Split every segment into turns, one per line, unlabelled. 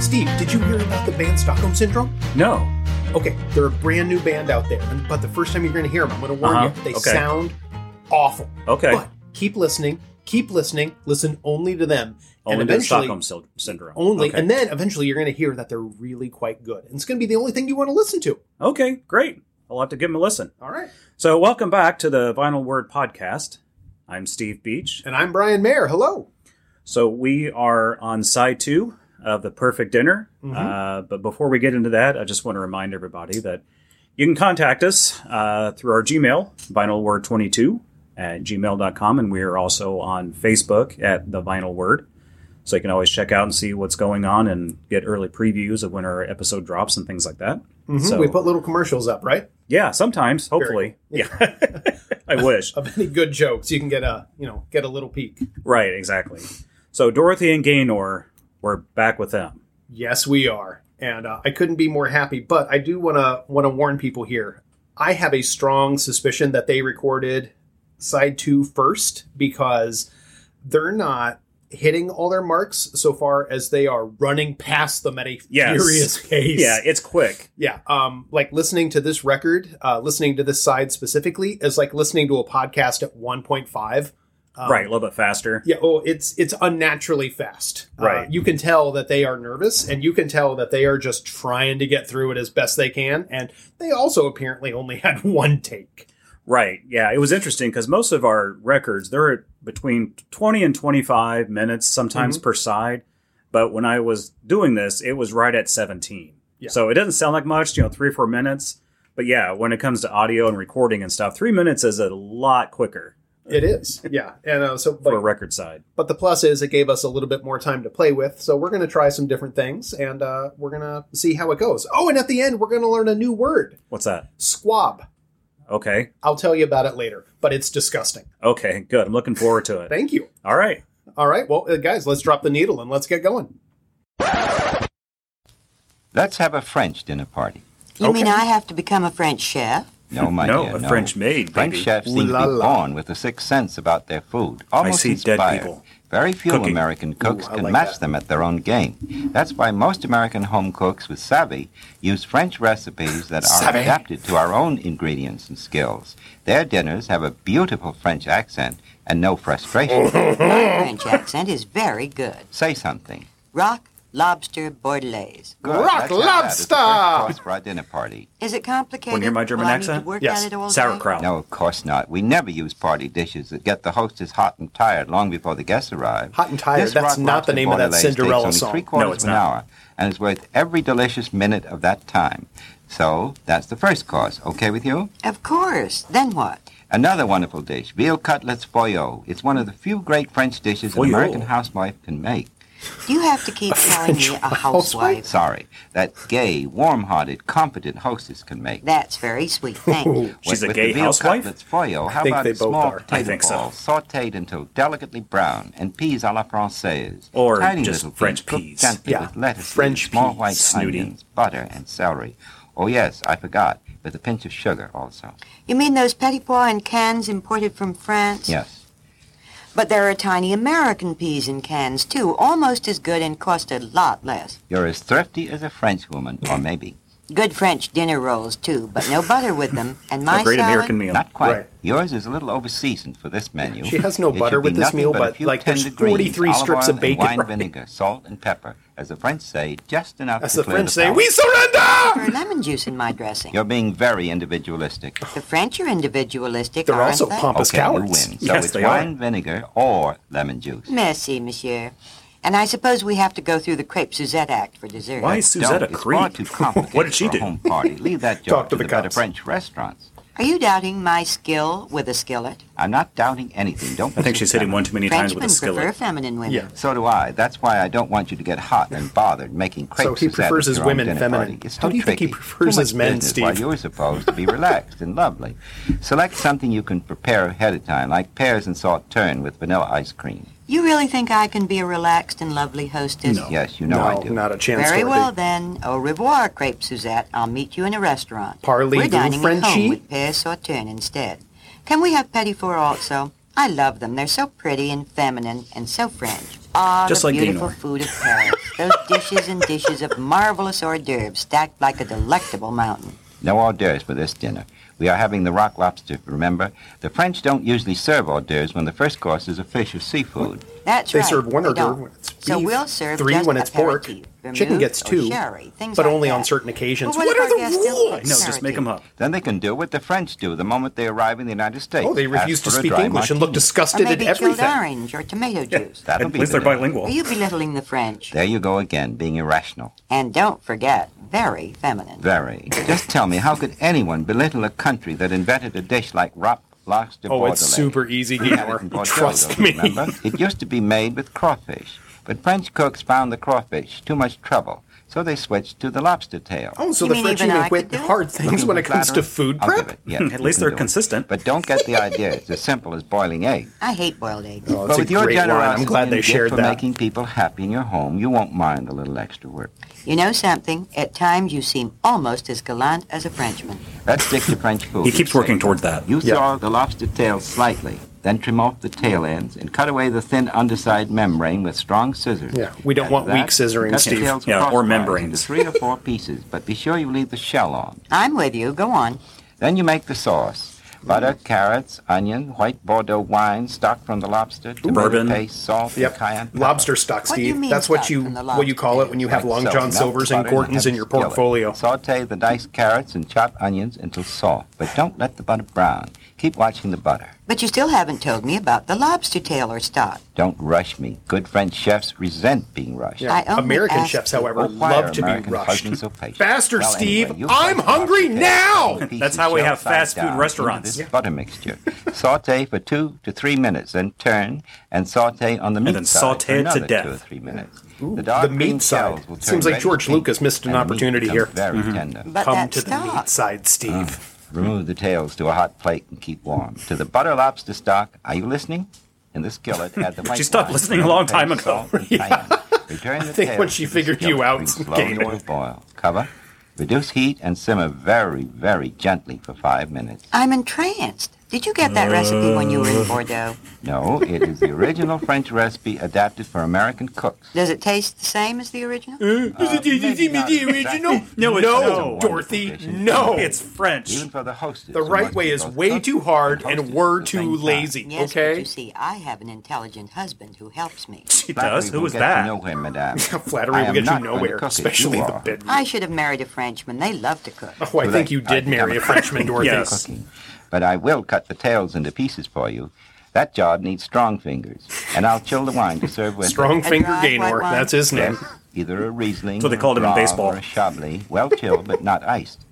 Steve, did you hear about the band Stockholm Syndrome?
No.
Okay, they're a brand new band out there, and- but the first time you're going to hear them, I'm going to warn
Uh-huh,
you, they
okay.
sound awful.
Okay.
But keep listening, keep listening, listen only to them,
only
and
the
eventually
Stockholm syl- syndrome.
only,
Okay.
and then eventually you're going to hear that they're really quite good, and it's going to be the only thing you want to listen to.
okay, great. I'll have to give him a listen.
All right,
So, welcome back to the Vinyl Word Podcast. I'm Steve Beach.
and I'm Brian Mayer. Hello.
So, we are on side two of the Perfect Dinner. Uh, but before we get into that, I just want to remind everybody that you can contact us uh, through our Gmail, vinylword22 at gmail.com, and we are also on Facebook at the Vinyl Word. So you can always check out and see what's going on and get early previews of when our episode drops and things like that.
Mhm,
Mm-hmm. So-
we put little commercials up, right?
Yeah, sometimes. Hopefully, yeah. I wish.
Of any good jokes, you can get a you know get a little peek.
Right, exactly. So Dorothy and Gaynor, we're back with them.
Yes, we are, and uh, I couldn't be more happy. But I do want to want to warn people here. I have a strong suspicion that they recorded side two first because they're not hitting all their marks so far as they are running past them at a
Yes.
furious pace.
Yeah, it's quick.
yeah. Um, like listening to this record, uh, listening to this side specifically is like listening to a podcast at one point five. Um,
right, a little bit faster.
Yeah, oh, it's it's unnaturally fast. Uh,
Right.
you can tell that they are nervous, and you can tell that they are just trying to get through it as best they can. And they also apparently only had one take.
Right. Yeah, it was interesting because most of our records they're between twenty and twenty-five minutes, sometimes per side. But when I was doing this, it was right at seventeen.
Yeah.
So it doesn't sound like much, you know, three or four minutes. But yeah, when it comes to audio and recording and stuff, three minutes is a lot quicker
It is, yeah. And uh, so,
for a
but,
record side.
but the plus is it gave us a little bit more time to play with. So we're going to try some different things, and uh, we're going to see how it goes. Oh, and at the end, we're going to learn a new word:
What's that?
squab.
Okay.
I'll tell you about it later, but it's disgusting.
Okay. Good. I'm looking forward to it.
Thank you.
All right.
All right, well, uh, guys, let's drop the needle and let's get going.
Let's have a French dinner party.
You mean
Okay.
I have to become a French chef?
No, my
No,
dear,
a
no.
French maid,
French
baby.
chefs seem
Ooh la
to be
la.
born with a sixth sense about their food. Almost
see dead
inspired.
people
Very few
cooking.
American cooks
I
can
like
match
that.
them at their own game. That's why most American home cooks with savvy use French recipes that are
Savvy.
adapted to our own ingredients and skills. Their dinners have a beautiful French accent and no frustration.
My French accent is very good.
Say something.
Rock, lobster, bordelaise.
Good.
Rock
Let's have that as the first
lobster!
course for our dinner party.
Is it complicated?
Wanna hear my German
Will I Need
accent?
to work
Yes.
At it all day?
Sauerkraut.
No, of course not. We never use party dishes that get the hostess hot and tired long before the guests arrive.
Hot and tired,
This
that's
rock
not the
lobster
name of that
bordelaise takes
Cinderella
only
song.
Three quarters
No, it's
of an
not.
hour, and is worth every delicious minute of that time. So that's the first course. Okay with you?
Of course. Then what?
Another wonderful dish, veal cutlets foyot. It's one of the few great French dishes
Foyot.
an American housewife can make.
Do you have to keep calling me a housewife?
Sorry, that gay, warm-hearted, competent hostess can make.
That's very sweet. Thank you.
She's
with,
a
with
gay
the veal
housewife?
Cutlets foil. How
think
about
they
a
both
small
are. I
potato
think so.
balls sautéed until delicately brown and peas à la française,
Or
tiny
just
little
French
cooked
peas.
gently
Yeah,
with lettuce,
French
small
peas,
white
snooty.
onions, butter, and celery. Oh yes, I forgot, with a pinch of sugar also.
You mean those petit pois in cans imported from France?
Yes,
But there are tiny American peas in cans, too, almost as good and cost a lot less.
you're as thrifty as a French woman, or maybe
Good French dinner rolls, too, but no butter with them. And my
a great
salad?
American meal.
not quite.
Right.
Yours is a little overseasoned for this menu.
She has no
It
butter
should
with
be
this
nothing
meal,
a
but,
few
like, there's
tender greens,
43
olive
strips of
oil and
bacon,
wine
right?
vinegar, salt, and pepper. As the French say, just enough
As
to
the
clear
French
the
say,
palate.
we surrender!
Or lemon juice in my dressing.
You're being very individualistic.
The French are individualistic,
They're
aren't
also
they?
pump- Pompous
okay,
cowards.
you win. So
Yes,
it's
they
wine,
are.
vinegar, or lemon juice.
Merci, monsieur. And I suppose we have to go through the Crepe Suzette Act for dessert.
Why is Suzette
Don't.
a
It's far
creep?
too complicated
What did she
for a
do?
home party. Leave that joke
Talk to
to,
the
the better
cops.
French restaurants.
Are you doubting my skill with a skillet?
I'm not doubting anything. Don't.
I think she's hit him one too many times with
Frenchmen
a
prefer
skillet.
feminine women.
Yeah.
So do I. That's why I don't want you to get hot and bothered making crepes.
So he
as that
prefers
at
his
your own
women
dinner
feminine.
party. It's
How
too
do you think he
tricky.
prefers
Too
his
much
men,
business
Steve?
While you're supposed to be relaxed and lovely. Select something you can prepare ahead of time, like pears and sauterne with vanilla ice cream.
You really think I can be a relaxed and lovely hostess?
No.
Yes, you know I do.
not a chance.
Very
Dorothy.
well then. Au revoir, Crepe Suzette. I'll meet you in a restaurant.
Parlez-vous
We're dining at
Frenchie?
home with Père Sauterne instead. Can we have Petit Four also? I love them. They're so pretty and feminine and so French. Ah,
Just
the
like
beautiful
Gaynor.
food of Paris. Those dishes and dishes of marvelous hors d'oeuvres stacked like a delectable mountain.
No hors d'oeuvres for this dinner. We are having the rock lobster, remember? The French don't usually serve hors d'oeuvres when the first course is a fish or seafood.
That's
They
right.
serve one
they
hors d'oeuvre
don't.
when it's
So
beef,
we'll serve
three
just
when it's pork,
aperitif,
chicken
vermouth
gets
or
two,
Sherry, things
but
like
only on
that.
certain occasions.
But
What
if
are
our
the
guests don't like
rules?
No, just make
aperitif?
them up.
Then they can do what the French do the moment they arrive in the United States.
Oh, they
Ask
refuse to
for a
speak
dry
English and look
martini.
Or
disgusted at
maybe chilled
everything.
orange or tomato juice.
That'll
At
be
least
the
they're
dinner.
Are
bilingual.
you belittling the French?
There you go again, being irrational.
And don't forget, very feminine.
Very. Just tell me, how could anyone belittle a country that invented a dish like rock lobster
Oh, it's
Bordelais?
super easy,
We had it
Gaynor.
in Bordeaux,
Trust
don't you
me.
remember? It used to be made with crawfish, but French cooks found the crawfish too much trouble, so they switched to the lobster tail.
Oh, so
You
the
mean
French
even
even
I
quit
could do it?
hard things when it comes to food
I'll give
prep.
it, yes,
At
you
least
can
they're
do it.
consistent.
But don't get the idea. It's as simple as boiling eggs.
I hate boiled eggs.
Oh,
but
that's
with
a
your
great line.
generosity
I'm glad
and
they
gift
shared
for
that.
making people happy in your home, you won't mind a little extra work.
You know something? At times you seem almost as gallant as a Frenchman.
Let's stick to French food.
He keeps
It's
working towards that.
You
Yeah.
saw the lobster tail slightly, then trim off the tail ends and cut away the thin underside membrane with strong scissors.
Yeah, we don't
After
want weak scissoring,
cut the
Steve.
tails
Yeah, or
crosswise Into
membranes.
three or four pieces, but be sure you leave the shell on.
I'm with you. Go on.
Then you make the sauce. Butter,
Mm.
carrots, onion, white Bordeaux wine stock from the lobster, tomato
Bourbon.
paste, salt,
Yep.
and cayenne pepper.
Lobster stock,
What do you
Steve.
mean
That's what
stock
you
from the
what you call it when you have
Like
Long
so,
John
melt
Silvers and
butter
Gordons
have
in your
skillet.
portfolio.
Saute the diced carrots and chopped onions until soft, but don't let the butter brown. Keep watching the butter.
But you still haven't told me about the lobster tail or stock.
Don't rush me. Good French chefs resent being rushed.
Yeah.
I only
American
asked
chefs,
you-
however,
Oh, why are
love to be
American
rushed.
husbands so patient?
Faster,
Well,
Steve.
anyway, you
I'm
fry the
hungry
lobster tail
now!
with a piece
That's
of
how we
shell
have
side
fast food
down into
restaurants.
This butter mixture. saute for two to three minutes, then turn and saute on the meat
then
side
saute it
for
to
another
death.
two or three minutes.
the meat side. Seems like George Lucas missed an opportunity here. Mm-hmm.
Very tender.
But
Come
that
to the
stock.
meat side, Steve.
Remove the tails to a hot plate and keep warm. To the butter lobster stock, are you listening? In the skillet, add the white
She stopped
wine,
listening a long time
pepper,
ago.
salt, and cayenne. Return the
I think
tails
when she
to the
figured
skillet,
you out,
bring slowly
Gaynor.
to boil. Cover. Reduce heat and simmer very, very gently for five minutes.
I'm entranced. Did you get that recipe when you were
Uh.
in Bordeaux?
No, it is the original French recipe adapted for American cooks.
Does it taste the same as the original?
Mm,
maybe not
original?
exactly.
No, it's
No,
no.
Dorothy, no.
It's French.
Even for the hostess.
the
who
right
must
way
be
is
both
way
cooked
too hard, and
hostess
we're
at the
too
same time.
lazy.
Yes, but
okay,
you see, I have an intelligent husband who helps me.
She
Flattery
does. Who
will
was
get
that?
You nowhere, madame.
flattery
I
will
am
get you
not going to
nowhere,
cook it.
especially
You
the
are.
bedroom.
I should have married a Frenchman. They love to cook.
Oh, I
Well,
think
they-
you
I
did
think
marry
I'm
a Frenchman, Dorothy.
Yes.
cooking. But I will cut the tails into pieces for you. That job needs strong fingers, and I'll chill the wine to serve with. it.
Strong
A
finger
dry
Gaynor,
white wine.
that's his name.
Yes, either a Riesling.
That's what they called
a
it in
Grave
baseball.
Or a Chablis, well chilled but not iced.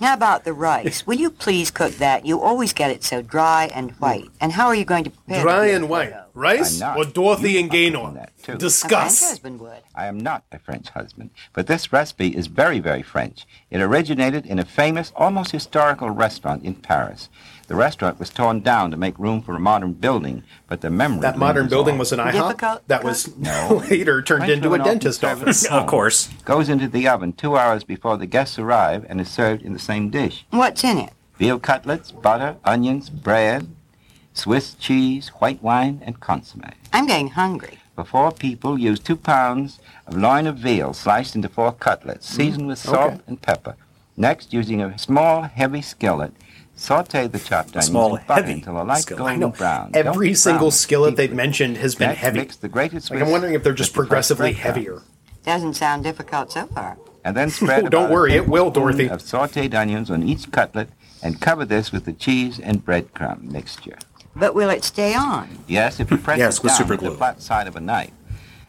How about the rice? Will you please cook that? You always get it so dry and white. And how are you going to prepare
Dry
the
and white.
I'm
Rice
not.
or Dorothy
You
and
are cooking
Gaynor?
that, too.
A French
Discuss.
husband would.
I am not a French husband, but this recipe is very, very French. It originated in a famous, almost historical restaurant in Paris. The restaurant was torn down to make room for a modern building, but the memory.
That modern
lingers
building
on.
was an IHOP.
Difficult
That was
No.
later turned
French
into a
women often
dentist
serve it
office.
at
Of
home.
course.
goes into the oven two hours before the guests arrive and is served in the same dish.
What's in it?
Veal cutlets, butter, onions, bread, Swiss cheese, white wine, and consomme.
I'm getting hungry.
For four people, use two pounds of loin of veal sliced into four cutlets, seasoned with salt
Mm-hmm. okay.
and pepper. Next, using a small, heavy skillet, saute the chopped onions
small,
and butter
heavy
until a light
skillet.
I
golden
know.
brown.
Every
Don't
single
brown
skillet they've
deeply.
mentioned has been
Next,
heavy.
Mix the greatest
Like, I'm wondering if they're just
with the fresh
progressively
breadcrumbs.
heavier.
Doesn't sound difficult so far.
and then spread.
Oh, don't
about a
worry, it will,
tablespoon
Dorothy.
Of sautéed onions on each cutlet, and cover this with the cheese and breadcrumb mixture.
But will it stay on?
Yes, if you press
Yes,
it
with
down
super
with the
glue.
flat side of a knife.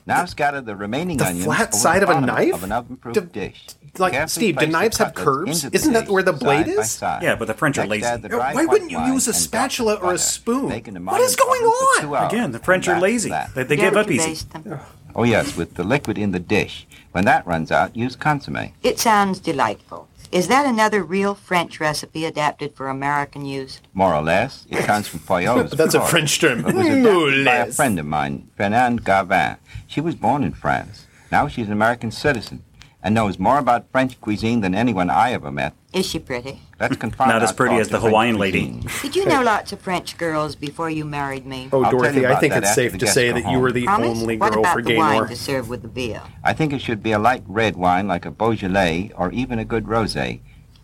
Now scatter the remaining
The
onions
flat
over
side
the
of a
bottom
knife?
of an oven-proof
Do-
dish.
like,
Carefully
Steve, do
place the
knives have
cutlets
curves?
into the
Isn't that
dish,
where the blade
side by
is?
side.
Yeah, but the French are
Next,
lazy.
add the
Yeah,
dry
why
white
wouldn't you
wine
use a
and dot
spatula
with
or a
butter.
spoon?
Bake in a
What
moderate
is going
oven for
on?
two hours
Again, the
and
French are
that's
lazy.
that.
They, they
Don't
give up
you
easy.
baste them?
Oh yes, with the liquid in the dish. When that runs out, use consommé.
It sounds delightful. Is that another real French recipe adapted for American use?
More or less, it comes from Poyot's.
That's a
Florida.
French term.
Hmm,
It was
More or
adapted by a
less.
friend of mine, Fernand Gavin. She was born in France. Now she's an American citizen. and knows more about French cuisine than anyone I ever met.
Is she pretty?
Let's confine
Hmm. Not as
our
pretty
talk
as
to
the
French
Hawaiian lady.
cuisine.
Did you know lots of French girls before you married me?
Oh,
I'll tell
Dorothy,
you
I
about
think
that
it's
after
safe
the
to
guests
say
go
that you
home.
were the
Promise?
only
what
girl
about
for
the wine
Gaynor.
to serve with the beer?
I think it should be a light red wine like a Beaujolais or even a good rosé.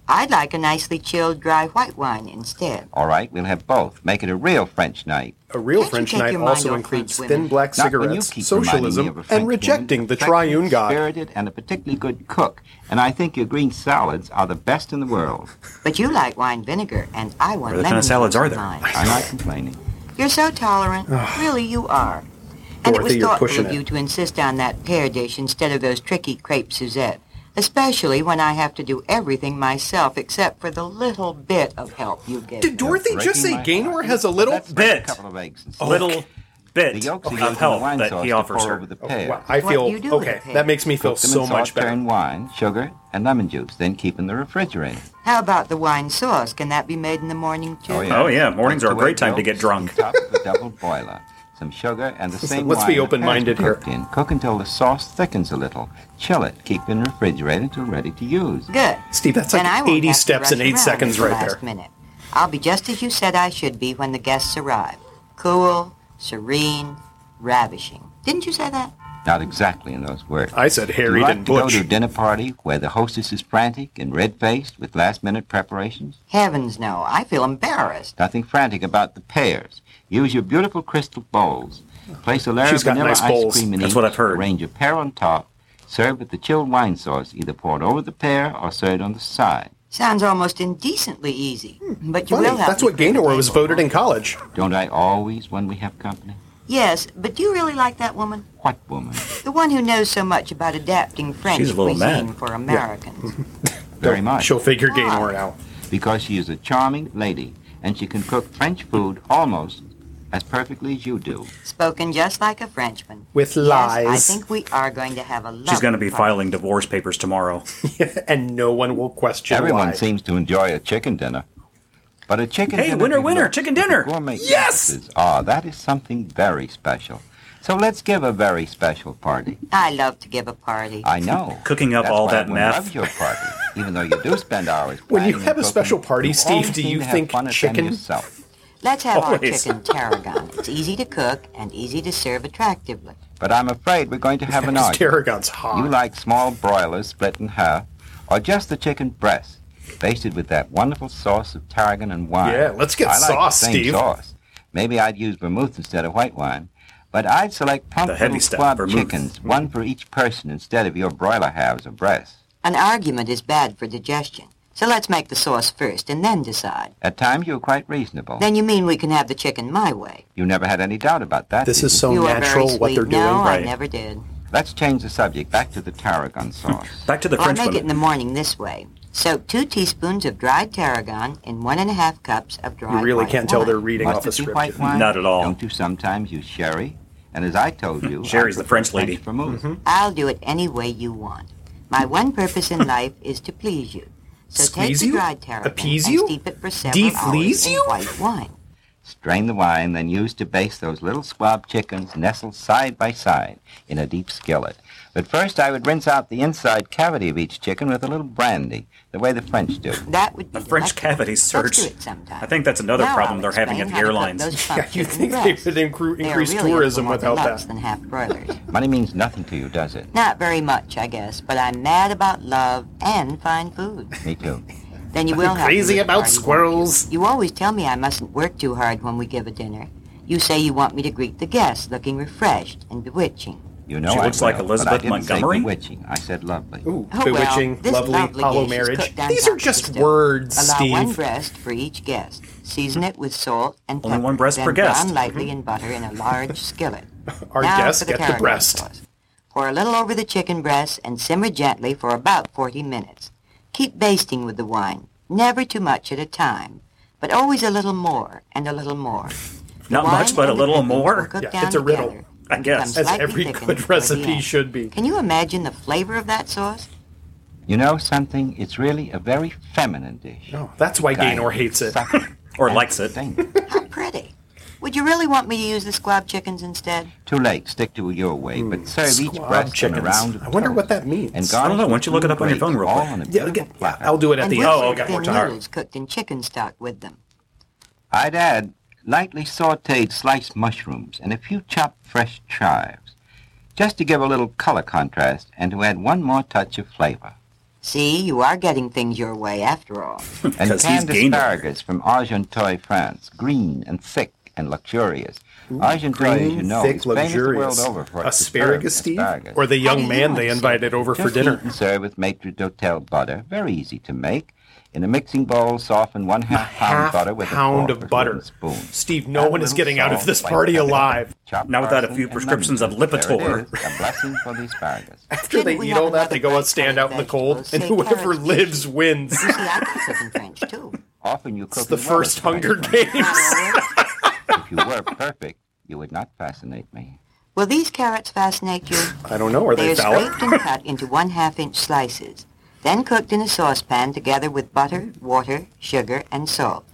I'd like a nicely chilled dry white wine instead.
All right, we'll have both. Make it a real French night.
A real
Can't you
French
take
night
your mind
also
off
includes
French
thin
women?
black
Not when you
cigarism,
keep reminding me of a
socialism,
French
and
woman,
rejecting the
effective,
triune god.
Spirited and a particularly good cook, and I think your green salads are the best in the world.
But you like wine vinegar, and I want
What other
lemon
kind of salads
juice
are
in
there?
mine.
I'm not complaining.
You're so tolerant. really, you are. And it was
Dorothy, you're
thoughtful
pushing
of
it.
you to insist on that pear dish instead of those tricky crepe Suzette, especially when I have to do everything myself except for the little bit of help you give.
Did
me.
Dorothy
Breaking
just say
my
Gaynor
heart.
has a little
Let's break
bit.
A couple of eggs. and stuff.
Oh, Little bit
The yolks are used
of
in the
help
wine
that
sauce
he
to
offers
pour
her.
over the
Oh,
pear.
wow, I
What
feel
you do with
okay.
it.
That makes me feel
Cook them
so
in
much better.
saltpeter and wine, sugar, and lemon juice. Then keep in the refrigerator.
How about the wine sauce? Can that be made in the morning too?
Oh, yeah, mornings
Put
are a
away
great time to
yolks
get drunk.
on Top of a double boiler. Some sugar and the same
let's
wine
be
the
open-minded
pears are cooked In. Cook until the sauce thickens a little. Chill it. Keep in refrigerator until ready to use.
Good.
Steve, that's
Then
like
I won't
80
have to
steps
rush
in eight
around
seconds
at the
right
last
there.
Minute. I'll be just as you said I should be when the guests arrive. Cool, serene, ravishing. Didn't you say that?
Not exactly in those words.
I said
Do you
harried
like
and
to go
butch.
to a dinner party where the hostess is frantic and red-faced with last-minute preparations?
Heavens no, I feel embarrassed.
Nothing frantic about the pears. Use your beautiful crystal bowls. Place a layer
She's
of
got
vanilla
nice
ice
bowls.
cream in
That's
each.
what I've heard.
Arrange a pear on top. Serve with the chilled wine sauce, either poured over the pear or served on the side.
Sounds almost indecently easy. But you
Funny,
will have
that's
me
what
clear the
Gaynor was
table.
voted in college.
Don't I always when we have company?
Yes, but do you really like that woman?
What woman?
The one who knows so much about adapting French
She's a little
cuisine
mad.
for Americans.
Very much.
She'll figure
Why?
Gaynor out.
Because she is a charming lady and she can cook French food almost as perfectly as you do.
Spoken just like a Frenchman.
With
Yes, I
lies.
think we are going to have a lovely
She's going to be
party.
filing divorce papers tomorrow.
and no one will question
Everyone
why.
seems to enjoy a chicken dinner. But a chicken
Hey,
dinner.
winner, winner,
developed
chicken
with
dinner!
Gourmet
Yes!
emphasis. Ah, that is something very special. So let's give a very special party.
I love to give a party.
I know.
Cooking up
That's
all
why
that
everyone
meth.
loves your party, even though you do spend hours.
When you
planning
have
and
a
cooking,
special party,
you
Steve,
always
do
seem
you
to have
think
fun at them
chicken?
yourself.
Let's have
Always.
our chicken tarragon. It's easy to cook and easy to serve attractively.
But I'm afraid we're going to have an
Because
argument.
Tarragon's
You
hot.
like small broilers split in half, or just the chicken breast, basted with that wonderful sauce of tarragon and wine.
Yeah, let's get
I like
sauce,
the same
Steve.
Sauce. Maybe I'd use vermouth instead of white wine, but I'd select plump
The heavy
little
stuff,
squab
vermouth.
Mm.
chickens, one for each person instead of your broiler halves or breasts.
An argument is bad for digestion. So let's make the sauce first and then decide.
At times you're quite reasonable.
Then you mean we can have the chicken my way.
You never had any doubt about that.
This
did
is
you?
so
you are very
natural
sweet.
what they're doing.
no,
right.
I never did.
Let's change the subject back to the tarragon sauce.
Back to the
I'll
French
make it in
women.
the morning this way. Soak two teaspoons of dried tarragon in one and a half cups of dried
You really
white
can't tell
wine.
they're reading
Must
off a
it be
script.
white wine?
Not at all.
Don't you sometimes use sherry? And as I told you, I
Sherry's the
prefer
French lady.
vermouth.
Mm-hmm.
I'll do it any way you want. My one purpose in life is to please you. So
Squeeze
take
you?
the dried tarragon
Appease
and
you?
steep it for several
Defleeze
hours
you?
in white wine.
Strain the wine, then use to baste those little squab chickens nestled side by side in a deep skillet. But first, I would rinse out the inside cavity of each chicken with a little brandy, the way the French do.
That would be
The French
delectable.
cavity
Let's
search.
do it sometime.
I think that's another
Now
problem
I'll
they're having at
explain
the
how to cook
airlines.
those
Yeah,
functions
you
and
think they
breasts.
would incre-
They're
increase
really
tourism
more
without
deluxe
that?
than half broilers.
Money means nothing to you, does it?
Not very much, I guess, but I'm mad about love and fine food.
Me too.
Then you will have to
Crazy
live
about
hard, won't you?
squirrels.
You always tell me I mustn't work too hard when we give a dinner. You say you want me to greet the guests looking refreshed and bewitching.
You know
She
I
looks like
will, but
Elizabeth
I didn't say
Montgomery.
bewitching. I said lovely.
Ooh,
Oh, well,
bewitching,
this
lovely,
lovely
hollow
dish is
marriage.
cooked on
These are
top of the
just
stove.
words,
Allow one
Steve.
breast for each guest. Season it with salt and pepper.
Only one breast
then
per guest.
Brown
Mm-hmm.
lightly in butter in a large skillet.
Our
now
guests
for the
get the
tarragon
breast.
Sauce. Pour a little over the chicken breasts and simmer gently for about 40 minutes. Keep basting with the wine, never too much at a time, but always a little more and a little more.
Not
Wine
much, but a
and the
little
pickles will
more.
cook
Yeah,
down
it's a riddle,
together
I
and
guess.
become
As
slightly
every
thickened
good
toward the
recipe
end.
should be.
Can you imagine the flavor of that sauce?
You know something? It's really a very feminine dish.
Oh, that's why Gaynor hates it.
Succulent
Or
and
likes it.
sustainable.
How pretty. Would you really want me to use the squab chickens instead?
Too late. Stick to your way, but serve each
Squab
breast
Hmm. chickens.
on a round of
I wonder
toast.
what that means.
I
And
don't
garnish
know. Why don't
with
you look it up on your
grapes,
phone real
all
quick?
on a
Yeah,
beautiful
again, yeah,
platter.
I'll do it at
and
the end.
we'll
Oh,
serve
I got
okay.
more
thin
time.
noodles cooked in chicken stock with them.
I'd add lightly sauteed sliced mushrooms and a few chopped fresh chives, just to give a little color contrast and to add one more touch of flavor.
See, you are getting things your way after all.
And
'Cause he's
canned
gained a-
asparagus from Argenteuil, France, green and thick and luxurious. Argenteuil, as you know,
thick,
is famous the world
luxurious
over for its
asparagus,
superb
Steve,
asparagus.
or the
do
young
you
man
want
they
to
invited over for
Just
dinner.
Eat and serve with maitre d'hotel butter. Very easy to make. In a mixing bowl, soften one half pound
half
butter with
pound
a
of
fork or
butter.
wooden spoon.
Steve, no
Add a
one is
little
getting out of
salt,
this
white
party
pepper,
alive.
chopped
Not without a
parsley
few
and
prescriptions
lemon.
of
There it
Lipitor.
is, A blessing for the asparagus.
After they
Didn't we
eat
have
all that,
another
they go out,
bright
stand
side
out in the cold,
vegetables,
and
say
whoever
carrots,
lives wins.
You see, I can cook in French too.
Often you cook
It's the
as well as
first
frying
Hunger
pan.
Games.
If you were perfect, you would not fascinate me.
Will these carrots fascinate you?
I don't know. Are they
They are
valid?
scraped and cut into one half inch slices, then cooked in a saucepan together with butter, water, sugar, and salt.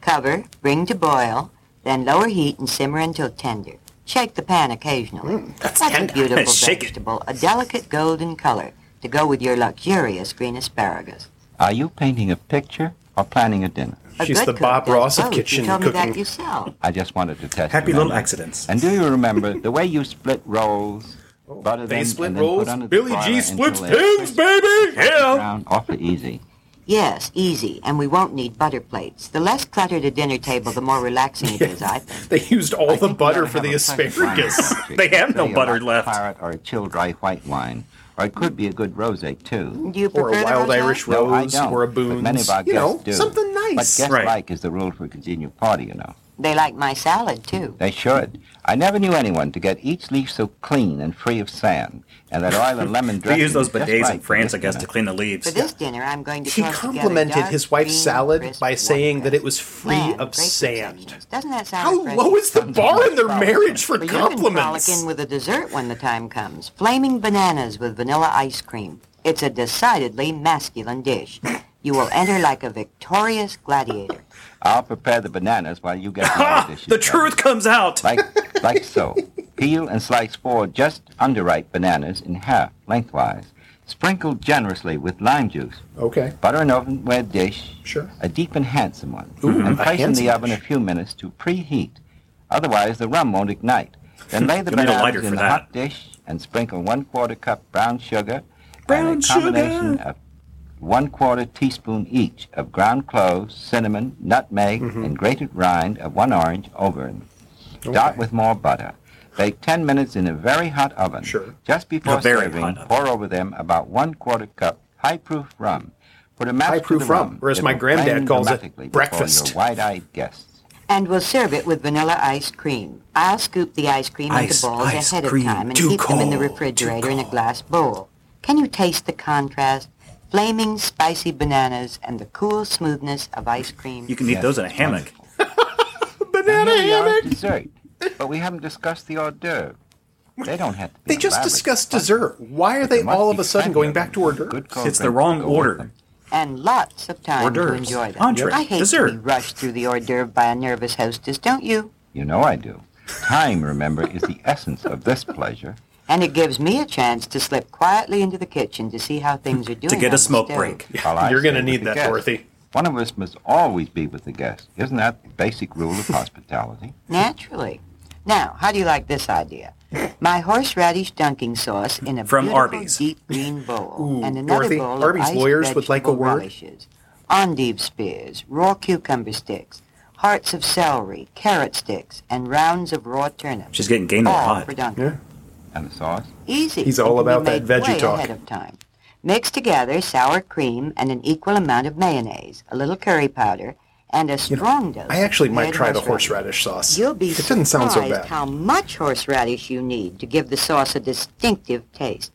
Cover, bring to boil, then lower heat and simmer until tender. Shake the pan occasionally. that's
Mm, tender.
a beautiful
Shake it.
vegetable, a delicate golden color to go with your luxurious green asparagus.
Are you painting a picture or planning a dinner?
A
She's
good
the
cook
Bob
does
Ross of
both.
kitchen
You told me
cooking.
that yourself.
I just wanted to test.
Happy
your
little
memory.
accidents.
And do you remember the way you split rolls? Butter
Oh, They
them
split
and then put
rolls.
under the
Billy
broiler
G
until
splits
they're
pins,
crispy,
baby. Yeah.
brown, Awfully easy.
Yes, easy, and we won't need butter plates. The less cluttered a dinner table, the more relaxing it is, I think.
They used all
I
the
think we
butter
ought to
for
have
the
a pleasant wine
asparagus.
country.
They have no
Say a
butter
black
left.
Claret or a chilled dry white wine, or it could be a good rosé too.
Do you
Or a
prefer the
wild
rosé?
Irish
No, I
rose,
don't.
or a
but
Boone's.
many of our
you know,
guests do.
something
But
nice.
guest
Right.
like is the rule for a continued party, you know.
They like my salad, too.
They should. I never knew anyone to get each leaf so clean and free of sand, and that oil and lemon
They
dressing.
use those
is just
bidets
right
in
for
France, I
this
guess, to
dinner.
clean the leaves.
For this dinner, I'm going to
He
toss together
complimented
dark
his wife's
green,
salad
crisp
by
white
saying that
bread.
it was free
Man,
of
great
sand.
sensations. Doesn't that sound
How
refreshing?
low is the bar in their marriage for
Well, You can frolic in
compliments?
with a dessert when the time comes. Flaming bananas with vanilla ice cream. It's a decidedly masculine dish. You will enter like a victorious gladiator.
I'll prepare the bananas while you get the other dishes
The
ready.
truth comes out.
like like so. Peel and slice four just underripe bananas in half lengthwise. Sprinkle generously with lime juice.
Okay.
Butter an ovenware dish.
Sure.
A deep and handsome one.
Ooh,
and
a
place in
handsome
the oven
dish.
a few minutes to preheat. Otherwise, the rum won't ignite. Then lay the
You'll need a lighter
bananas in
for
the
that.
hot dish and sprinkle one quarter cup brown sugar
Brown
and a combination
sugar.
of one quarter teaspoon each of ground cloves, cinnamon, nutmeg,
Mm-hmm.
and grated rind of one orange over them. Dot
Okay.
with more butter. Bake 10 minutes in a very hot oven.
Sure.
Just before
A very
serving,
hot oven.
pour over them about one quarter cup high-proof rum. Put a match to
High-proof
the
rum, or as
It
my
will
granddad
flame
calls it,
dramatically before
breakfast.
Your wide-eyed guests.
And we'll serve it with vanilla ice cream. I'll scoop the ice cream
Ice-
into balls
ice
ahead
cream.
of time and
Too
keep them in the
cold, too
refrigerator in a
cold.
glass bowl. Can you taste the contrast? Flaming spicy bananas and the cool smoothness of ice cream.
You can eat
Yes,
those in a
it's
hammock.
And
Banana
here we are at
hammock.
dessert. But we haven't discussed the hors d'oeuvre. They don't have to be
They just
elaborate.
discussed dessert. Why are
But
they
must
all
be
of a sudden
plenty
going
of
back
them.
to hors d'oeuvre?
Good cold
It's the
drinks
wrong
go with
order.
them.
and lots of
Hors
time to
d'oeuvres.
enjoy them.
Entree.
I hate to be
Dessert.
rushed through the hors d'oeuvre by a nervous hostess, don't you?
You know I do. Time, remember, is the essence of this pleasure.
And it gives me a chance to slip quietly into the kitchen to see how things are doing.
to get a
on the
smoke
stove.
break.
While I
You're going to
stay with
need
the
that,
guests.
Dorothy.
One of us must always be with the guest. Isn't that the basic rule of hospitality?
Naturally. Now, how do you like this idea? My horseradish dunking sauce in a
From
beautiful
Arby's.
deep green bowl
Ooh,
and another
Dorothy,
bowl
Arby's
of iced
lawyers would like a
vegetable
word.
relishes, endive spears, raw cucumber sticks, hearts of celery, carrot sticks, and rounds of raw turnips.
She's getting gained a
all
lot.
Oh, for dunking.
And the sauce?
Easy.
He's all
It can be
about that
made
veggie
way
talk.
Ahead of time. Mix together sour cream and an equal amount of mayonnaise, a little curry powder, and a strong dose.
I actually
of
might
red
try the horseradish sauce.
You'll be
it doesn't sound so
surprised
bad.
how much horseradish you need to give the sauce a distinctive taste.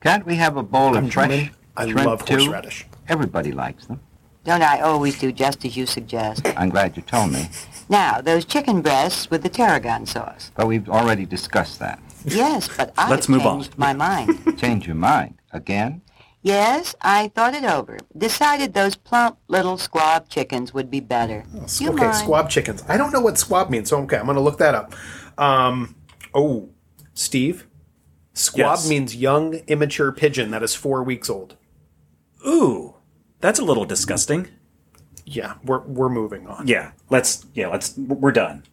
Can't we have a bowl
I'm
of fresh
German. I
shrimp,
love
too?
horseradish.
Everybody likes them.
Don't I always do just as you suggest?
I'm glad you told me,
Now, those chicken breasts with the tarragon sauce.
but we've already discussed that.
Yes, but I
Let's move on.
changed my mind.
Change your mind. Again?
Yes, I thought it over. Decided those plump little squab chickens would be better. Do you
okay,
mind?
squab chickens. I don't know what squab means, so okay, I'm going to look that up. Um, oh, Steve, squab
Yes.
means young, immature pigeon that is four weeks old.
Ooh, that's a little disgusting.
Yeah, we're we're moving on.
Yeah, let's. Yeah, let's. We're done.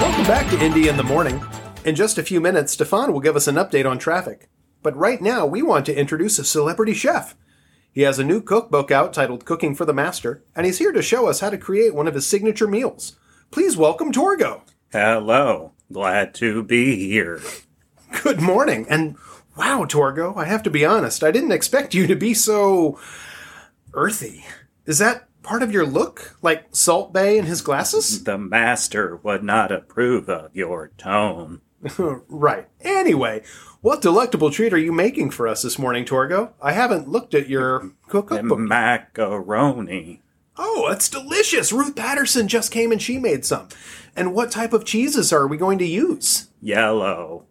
Welcome back to Indy in the Morning. In just a few minutes, Stefan will give us an update on traffic. But right now, we want to introduce a celebrity chef. He has a new cookbook out titled Cooking for the Master, and he's here to show us how to create one of his signature meals. Please welcome Torgo.
Hello, glad to be here.
Good morning, and wow, Torgo, I have to be honest, I didn't expect you to be so earthy. Is that part of your look? Like Salt Bay and his glasses?
The master would not approve of your tone.
Right. Anyway, what delectable treat are you making for us this morning, Torgo? I haven't looked at your cook- cookbook.
Macaroni.
Oh, that's delicious! Ruth Patterson just came and she made some. And what type of cheeses are we going to use?
Yellow.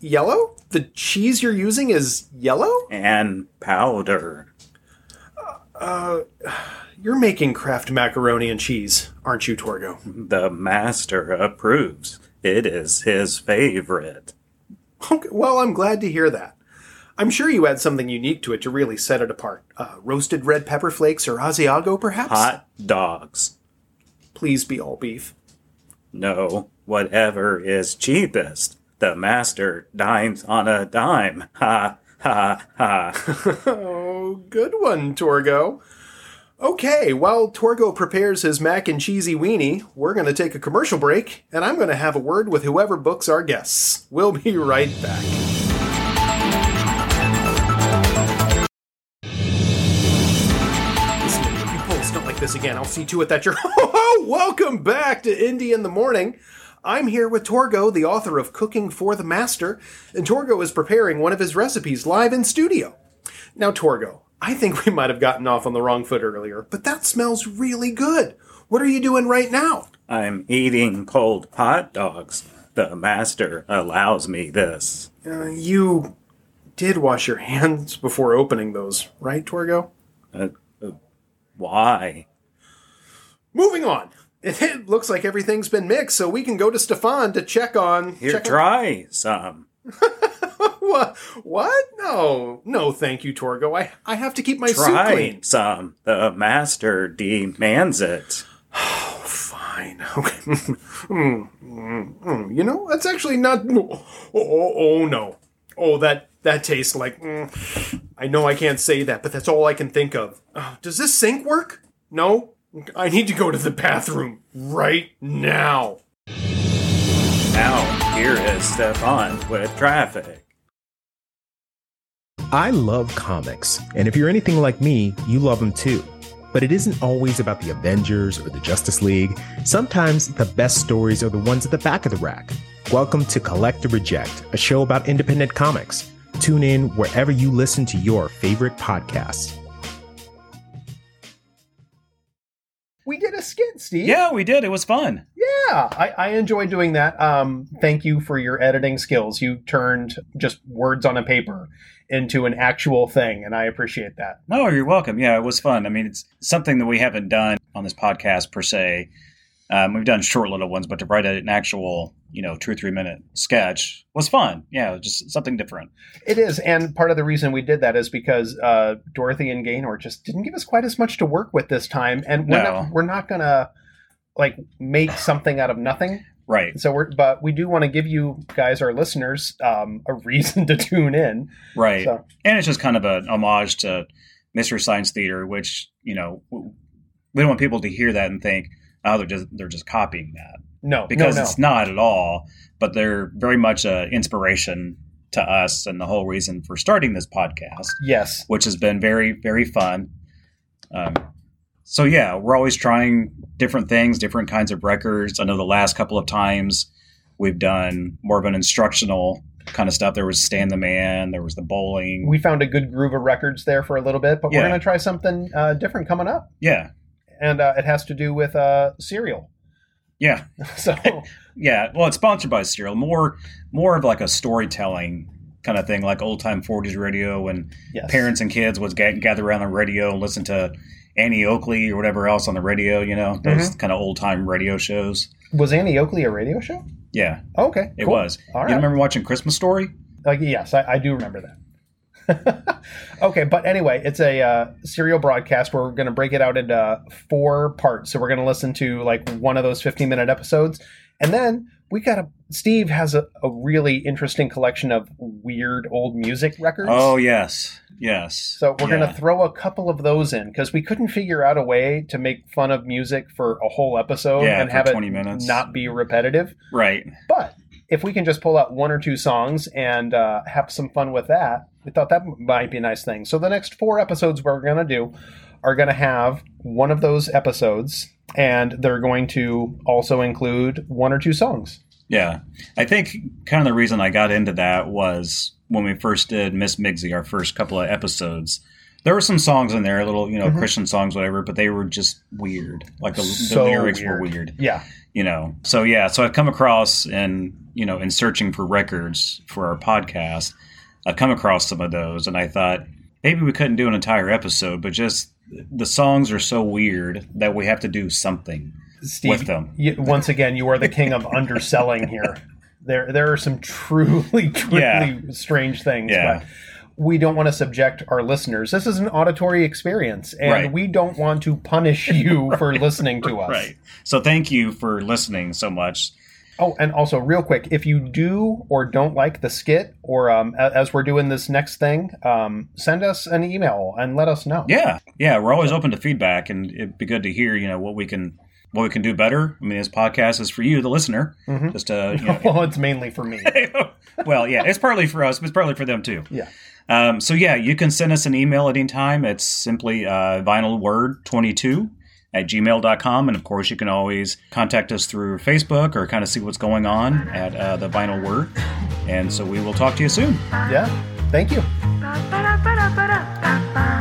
Yellow? The cheese you're using is yellow?
And powder.
You're making Kraft macaroni and cheese, aren't you, Torgo?
The master approves. It is his favorite.
Okay, well, I'm glad to hear that. I'm sure you add something unique to it to really set it apart. Uh, roasted red pepper flakes or Asiago, perhaps?
Hot dogs.
Please be all beef.
No, whatever is cheapest. The master dines on a dime. Ha, ha, ha.
Oh, good one, Torgo. Okay, while Torgo prepares his mac and cheesy weenie, we're going to take a commercial break, and I'm going to have a word with whoever books our guests. We'll be right back. Listen, if you pull a stunt like this again, I'll see to it that you're. Welcome back to Indie in the Morning. I'm here with Torgo, the author of Cooking for the Master, and Torgo is preparing one of his recipes live in studio. Now, Torgo, I think we might have gotten off on the wrong foot earlier, but that smells really good. What are you doing right now?
I'm eating cold hot dogs. The master allows me this.
Uh, you did wash your hands before opening those, right, Torgo?
Uh, uh, why?
Moving on. It looks like everything's been mixed, so we can go to Stefan to check on.
Here,
check on-
try some.
What? What? No, no, thank you, Torgo. I I have to keep my suit
Try
clean.
some. The master demands it.
Fine. Okay. Mm, mm, mm. You know, that's actually not. Oh, oh, oh, no. Oh, that that tastes like. mm. I know I can't say that, but that's all I can think of. Uh, does this sink work? No. I need to go to the bathroom right now.
Now, here is Stefan with traffic.
I love comics, and if you're anything like me, you love them too. But it isn't always about the Avengers or the Justice League. Sometimes the best stories are the ones at the back of the rack. Welcome to Collect the Reject, a show about independent comics. Tune in wherever you listen to your favorite podcasts.
We did a skit, Steve.
Yeah, we did. It was fun.
Yeah, I, I enjoy doing that. Um, thank you for your editing skills. You turned just words on a paper into an actual thing, and I appreciate that.
No, you're welcome. Yeah, it was fun. I mean, it's something that we haven't done on this podcast per se. Um, we've done short little ones, but to write an actual, you know, two or three minute sketch was fun. Yeah, it was just something different.
It is, and part of the reason we did that is because uh, Dorothy and Gaynor just didn't give us quite as much to work with this time, and we're
No.
not, we're not gonna like make something out of nothing.
Right,
So we're, but we do want to give you guys, our listeners, um, a reason to tune in.
right.
So-
And it's just kind of an homage to Mystery Science Theater, which you know w- we don't want people to hear that and think, oh, they're just they're just copying that
No,
because
no, no.
it's not at all. But they're very much an inspiration to us and the whole reason for starting this podcast.
yes,
which has been very very fun. Um, so yeah, we're always trying different things, different kinds of records. I know the last couple of times we've done more of an instructional kind of stuff. There was Stand the Man, there was the bowling.
we found a good groove of records there for a little bit, but we're
Yeah.
going to try something uh, different coming up,
yeah,
and uh, it has to do with uh, cereal.
Yeah,
So
yeah. Well, it's sponsored by cereal. More, more of like a storytelling kind of thing, like old time '40s radio when
yes.
parents and kids would ga- gather around the radio and listen to Annie Oakley or whatever else on the radio. You know, those
Mm-hmm.
kind of old time radio shows.
was Annie Oakley a radio show?
Yeah,
Okay,
it
cool.
was.
All
You
right.
remember watching Christmas Story?
Like yes, I, I do remember that. okay, but anyway, it's a uh, serial broadcast. We're going to break it out into four parts. So we're going to listen to like one of those 15 minute episodes. And then we got a Steve has a, a really interesting collection of weird old music records.
Oh yes, yes.
So we're going to
Yeah.
throw a couple of those in because we couldn't figure out a way to make fun of music for a whole episode
Yeah,
and
for
have
20
it
minutes.
not be repetitive.
right.
But if we can just pull out one or two songs and uh, have some fun with that, we thought that might be a nice thing. So the next four episodes we're going to do are going to have one of those episodes, and they're going to also include one or two songs.
Yeah. I think kind of the reason I got into that was when we first did Miss Migsy, our first couple of episodes. There were some songs in there, little, you know,
Mm-hmm.
Christian songs, whatever, but they were just weird. Like the,
So
the lyrics were
weird.
weird,
Yeah,
you know. So, yeah. So I've come across and, you know, in searching for records for our podcast, I've come across some of those and I thought maybe we couldn't do an entire episode, but just the songs are so weird that we have to do something.
Steve.
With them.
You, once again, you are the king of underselling here. There, there are some truly, truly
Yeah.
strange things.
Yeah.
But we don't want to subject our listeners. This is an auditory experience, and
Right.
we don't want to punish you for listening to us.
Right. So thank you for listening so much.
Oh, and also, real quick, if you do or don't like the skit, or um, a- as we're doing this next thing, um, send us an email and let us know.
Yeah, yeah, we're always open to feedback, and it'd be good to hear, you know, what we can what we can do better. I mean, this podcast is for you, the listener, just to, you know,
Well, it's mainly for me.
well, yeah, it's partly for us, but it's partly for them too.
Yeah.
Um, so yeah, you can send us an email at any time. It's simply uh, vinylword22 at gmail.com. And of course, you can always contact us through Facebook or kind of see what's going on at uh, the vinyl word. And so we will talk to you soon.
Yeah. Thank you.
Ba-ba-da-ba-da-ba-da, ba-ba.